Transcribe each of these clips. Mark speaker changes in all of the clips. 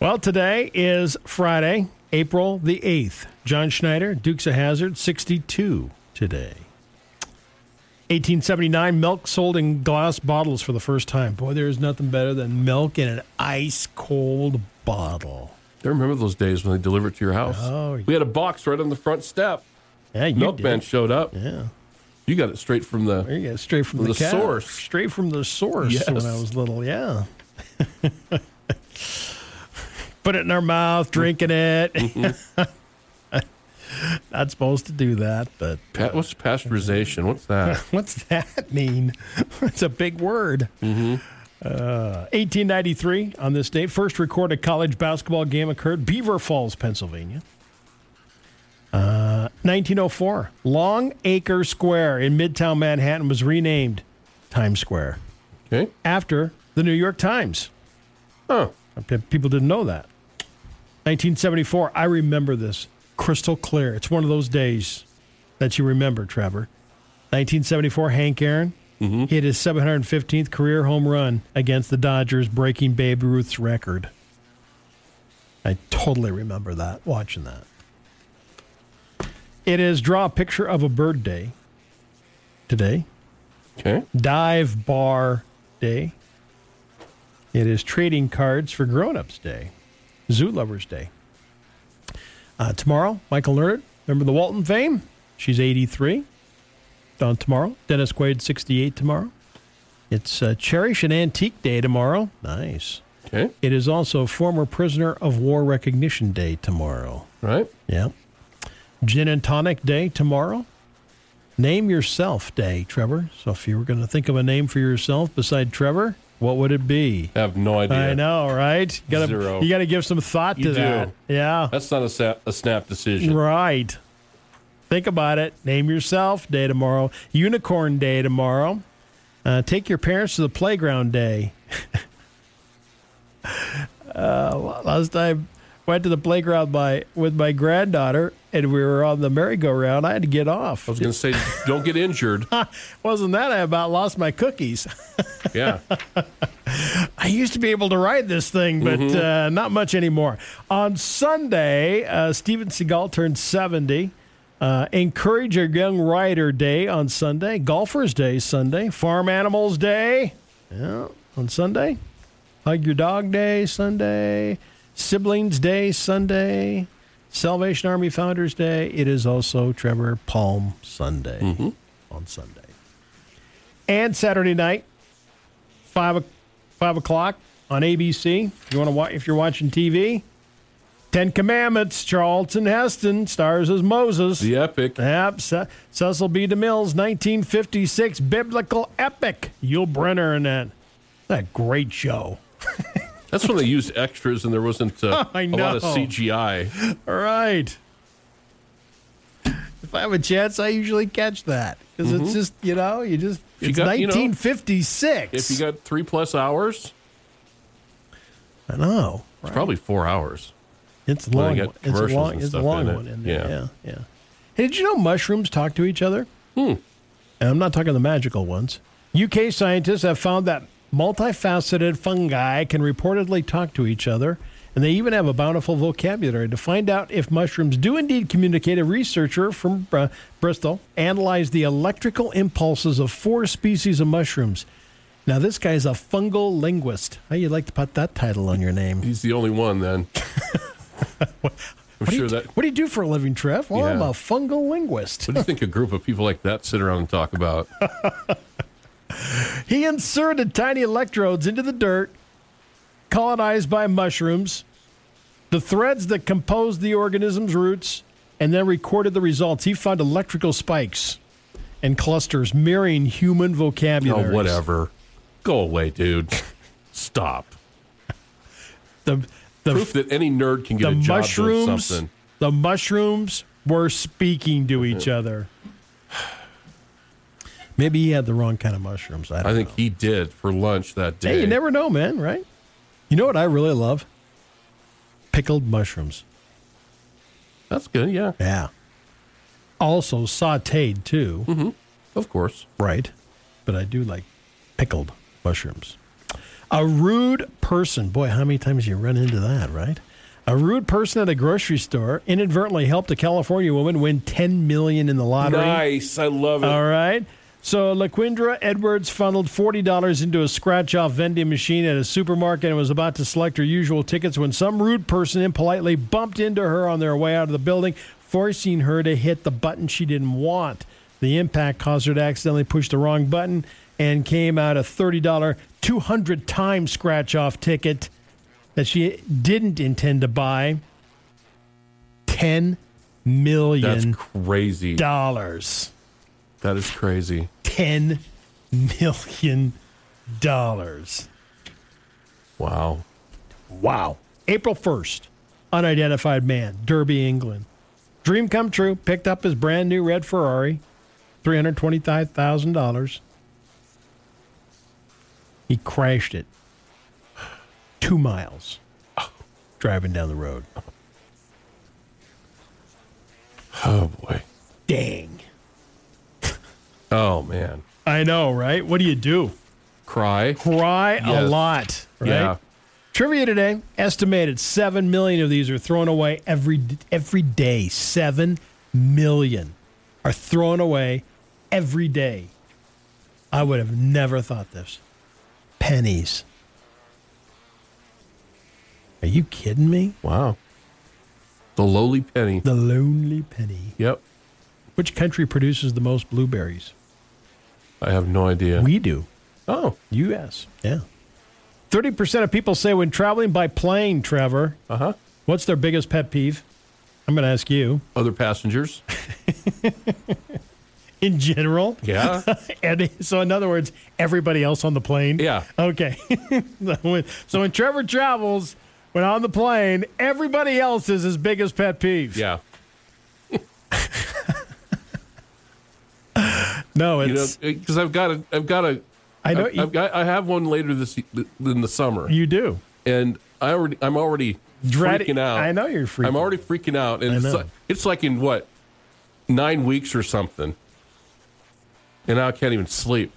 Speaker 1: Well, today is Friday, April the 8th. John Schneider, Dukes of Hazard, 62 today. 1879, milk sold in glass bottles for the first time. Boy, there is nothing better than milk in an ice cold bottle.
Speaker 2: I remember those days when they delivered to your house.
Speaker 1: Oh,
Speaker 2: we had a box right on the front step.
Speaker 1: Yeah, you did.
Speaker 2: Milkman showed up.
Speaker 1: Yeah.
Speaker 2: You got it straight from the.
Speaker 1: There you go, straight from,
Speaker 2: From
Speaker 1: the,
Speaker 2: the
Speaker 1: cow.
Speaker 2: source.
Speaker 1: Straight from the source
Speaker 2: Yes.
Speaker 1: when I was little, yeah. Put it in our mouth, drinking it.
Speaker 2: Mm-hmm.
Speaker 1: Not supposed to do that, but
Speaker 2: Pa- what's pasteurization? What's that?
Speaker 1: what's that mean? It's a big word. Uh, 1893, on this date, first recorded college basketball game occurred Beaver Falls, Pennsylvania. Uh, 1904, Long Acre Square in Midtown Manhattan was renamed Times Square
Speaker 2: Okay.
Speaker 1: after the New York Times.
Speaker 2: Huh.
Speaker 1: Pe- People didn't know that. 1974, I remember this crystal clear. It's one of those days that you remember, Trevor. 1974, Hank Aaron hit his 715th career home run against the Dodgers, breaking Babe Ruth's record. I totally remember that, watching that. It is Draw a Picture of a Bird Day today.
Speaker 2: Okay.
Speaker 1: Dive Bar Day. It is Trading Cards for Grown Ups Day, Zoo Lovers Day. Uh, tomorrow, Michael Leonard, remember the Walton fame? She's 83. On tomorrow, Dennis Quaid, 68 tomorrow. It's uh, Cherish an Antique Day tomorrow. Nice.
Speaker 2: Okay.
Speaker 1: It is also Former Prisoner of War Recognition Day tomorrow.
Speaker 2: Right.
Speaker 1: Yeah. Gin and tonic day tomorrow. Name yourself day, Trevor. So if you were going to think of a name for yourself beside Trevor, what would it be?
Speaker 2: I have no idea.
Speaker 1: I know, right? You gotta,
Speaker 2: Zero.
Speaker 1: You got to give some thought to
Speaker 2: You do.
Speaker 1: that. Yeah.
Speaker 2: That's not a, sa- a snap decision.
Speaker 1: Right. Think about it. Name yourself day tomorrow. Unicorn day tomorrow. Uh, take your parents to the playground day. uh, last time went to the playground by with my granddaughter and we were on the merry-go-round. I had to get off.
Speaker 2: I was going to say, don't get injured.
Speaker 1: Wasn't that I about lost my cookies?
Speaker 2: Yeah.
Speaker 1: I used to be able to ride this thing, but uh, not much anymore. On Sunday, uh, Steven Seagal turned 70. Uh, Encourage a Young Rider Day on Sunday. Golfers Day Sunday. Farm Animals Day yeah, on Sunday. Hug Your Dog Day Sunday. Siblings Day Sunday. Salvation Army Founders Day. It is also Trevor Palm Sunday on Sunday. And Saturday night, five o- five o'clock on ABC. If you want to watch, if you're watching TV, Ten Commandments. Charlton Heston stars as Moses.
Speaker 2: The epic.
Speaker 1: Yep, Ce- Cecil B. DeMille's 1956 biblical epic. Yul Brenner in that. That great show.
Speaker 2: That's when they used extras and there wasn't uh,
Speaker 1: I
Speaker 2: a lot of
Speaker 1: know.
Speaker 2: CGI.
Speaker 1: All right. If I have a chance, I usually catch that because it's just you know Mm-hmm. you just
Speaker 2: you
Speaker 1: it's
Speaker 2: got- you know,
Speaker 1: 1956.
Speaker 2: If you got three plus hours,
Speaker 1: I
Speaker 2: it's
Speaker 1: know. right?
Speaker 2: probably four hours.
Speaker 1: It's
Speaker 2: Well,
Speaker 1: long.
Speaker 2: they
Speaker 1: one.
Speaker 2: got
Speaker 1: It's a
Speaker 2: commercials
Speaker 1: long.
Speaker 2: and
Speaker 1: It's a
Speaker 2: stuff
Speaker 1: long
Speaker 2: in it.
Speaker 1: one in there. Yeah.
Speaker 2: Yeah.
Speaker 1: yeah, Hey, did you know mushrooms talk to each other?
Speaker 2: Hmm.
Speaker 1: And I'm not talking the magical ones. UK scientists have found that multifaceted fungi can reportedly talk to each other, and they even have a bountiful vocabulary. To find out if mushrooms do indeed communicate, a researcher from Br- Bristol analyzed the electrical impulses of four species of mushrooms. Now, this guy's a fungal linguist. How you like to put that title on your name?
Speaker 2: He's the only one then. I'm
Speaker 1: What do,
Speaker 2: sure
Speaker 1: you,
Speaker 2: that.
Speaker 1: what do you do for a living, Trev? Well, I'm
Speaker 2: Yeah.
Speaker 1: a fungal linguist.
Speaker 2: What do you think a group of people like that sit around and talk about?
Speaker 1: He inserted tiny electrodes into the dirt, colonized by mushrooms, the threads that compose the organism's roots, and then recorded the results. He found electrical spikes and clusters mirroring human
Speaker 2: oh,
Speaker 1: vocabulary.
Speaker 2: whatever. Go away, dude. Stop.
Speaker 1: The, the,
Speaker 2: Proof that any nerd can get
Speaker 1: the
Speaker 2: a job doing
Speaker 1: mushrooms,
Speaker 2: something.
Speaker 1: the mushrooms were speaking to each other. Maybe he had the wrong kind of mushrooms. I don't
Speaker 2: I think he did for lunch that day.
Speaker 1: Hey, you never know, man, right? You know what I really love? Pickled mushrooms.
Speaker 2: That's good, yeah.
Speaker 1: Yeah. Mm-hmm. Also sauteed, too.
Speaker 2: Of course.
Speaker 1: Right. But I do like pickled mushrooms. A rude person. Boy, how many times you run into that, right? A rude person at a grocery store inadvertently helped a California woman win 10 million in the lottery.
Speaker 2: Nice. I love it.
Speaker 1: All right. So LaQuindra Edwards funneled forty dollars into a scratch-off vending machine at a supermarket and was about to select her usual tickets when some rude person impolitely bumped into her on their way out of the building, forcing her to hit the button she didn't want. The impact caused her to accidentally push the wrong button and came out a thirty dollar, two hundred time scratch-off ticket that she didn't intend to buy. Ten
Speaker 2: That's
Speaker 1: million
Speaker 2: crazy.
Speaker 1: dollars.
Speaker 2: That is crazy.
Speaker 1: ten million dollars.
Speaker 2: Wow.
Speaker 1: Wow. April first, unidentified man, Derby, England. Dream come true. Picked up his brand new red Ferrari, three hundred twenty-five thousand dollars. He crashed it. Two miles, driving down the road.
Speaker 2: Oh boy.
Speaker 1: Dang.
Speaker 2: Oh man.
Speaker 1: I know, right? What do you do?
Speaker 2: Cry.
Speaker 1: Cry a
Speaker 2: Yes.
Speaker 1: lot, right?
Speaker 2: Yeah.
Speaker 1: Trivia today: estimated seven million of these are thrown away every every day. Seven million are thrown away every day. I would have never thought this. Pennies. Are you kidding me?
Speaker 2: Wow. The lowly penny.
Speaker 1: The lonely penny.
Speaker 2: Yep.
Speaker 1: Which country produces the most blueberries?
Speaker 2: I have no idea.
Speaker 1: We do.
Speaker 2: oh.
Speaker 1: U.S. Yeah. Thirty percent of people say when traveling by plane, Trevor,
Speaker 2: Uh huh.
Speaker 1: what's their biggest pet peeve? I'm going to ask you.
Speaker 2: Other passengers.
Speaker 1: in general.
Speaker 2: Yeah.
Speaker 1: And so, in other words, everybody else on the plane.
Speaker 2: Yeah.
Speaker 1: Okay. so, when, so when Trevor travels, when on the plane, everybody else is his biggest pet peeve.
Speaker 2: yeah.
Speaker 1: No,
Speaker 2: You know,
Speaker 1: it's
Speaker 2: because I've got a, I've got a,
Speaker 1: I know
Speaker 2: I've,
Speaker 1: you,
Speaker 2: I've got, I have one later this in the summer,
Speaker 1: you do.
Speaker 2: and I already, I'm already
Speaker 1: Dreading-
Speaker 2: freaking out.
Speaker 1: I know you're freaking.
Speaker 2: I'm already freaking out, and
Speaker 1: I
Speaker 2: it's
Speaker 1: know.
Speaker 2: like, it's like in what nine weeks or something, and now I can't even sleep.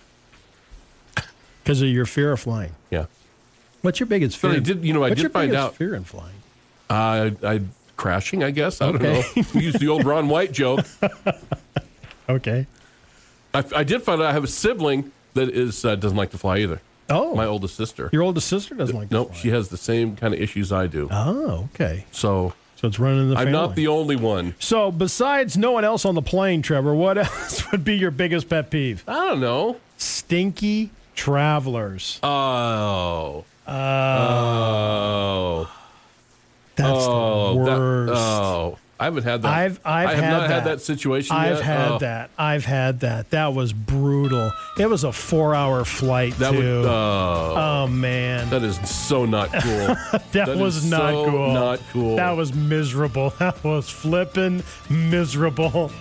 Speaker 1: because of your fear of flying.
Speaker 2: Yeah,
Speaker 1: What's your biggest
Speaker 2: But
Speaker 1: fear?
Speaker 2: I did- you know, I
Speaker 1: What's
Speaker 2: did
Speaker 1: your
Speaker 2: find
Speaker 1: biggest
Speaker 2: out-
Speaker 1: fear in flying.
Speaker 2: I, I crashing, I guess. I don't
Speaker 1: Okay.
Speaker 2: know. Use the old Ron White joke.
Speaker 1: Okay.
Speaker 2: I, I did find out I have a sibling that is uh, doesn't like to fly either.
Speaker 1: Oh,
Speaker 2: My oldest sister.
Speaker 1: your oldest sister doesn't like. to
Speaker 2: Nope,
Speaker 1: fly.
Speaker 2: she has the same kind of issues I do.
Speaker 1: Oh, okay.
Speaker 2: So
Speaker 1: So it's running in the.
Speaker 2: I'm not
Speaker 1: family.
Speaker 2: the only one.
Speaker 1: So besides no one else on the plane, Trevor, what else would be your biggest pet peeve?
Speaker 2: I don't know.
Speaker 1: Stinky travelers.
Speaker 2: Oh. Oh.
Speaker 1: That's
Speaker 2: Oh.
Speaker 1: the
Speaker 2: that-
Speaker 1: worst.
Speaker 2: oh. I haven't had that.
Speaker 1: I've- I've
Speaker 2: I have
Speaker 1: had
Speaker 2: not
Speaker 1: that.
Speaker 2: had that situation
Speaker 1: I've
Speaker 2: yet.
Speaker 1: had
Speaker 2: Oh,
Speaker 1: that. I've had that. That was brutal. It was a four-hour flight
Speaker 2: That
Speaker 1: too.
Speaker 2: would. Oh.
Speaker 1: oh man, that,
Speaker 2: That is so not cool. that is
Speaker 1: was not
Speaker 2: so
Speaker 1: cool.
Speaker 2: Not cool.
Speaker 1: That was miserable. That was flippin' miserable.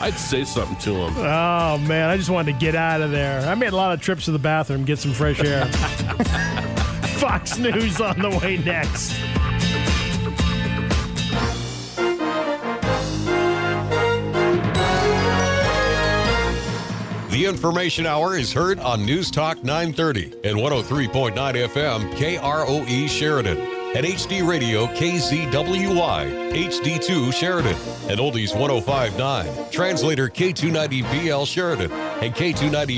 Speaker 2: I'd say something to him.
Speaker 1: Oh man, I just wanted to get out of there. I made a lot of trips to the bathroom, get some fresh air. Fox News on the way next.
Speaker 3: The Information Hour is heard on News Talk 930 and 103.9 FM KROE E Sheridan. And HD Radio KZWY, HD2 Sheridan, oh and Oldies 1059, Translator K290BL Sheridan, and K290.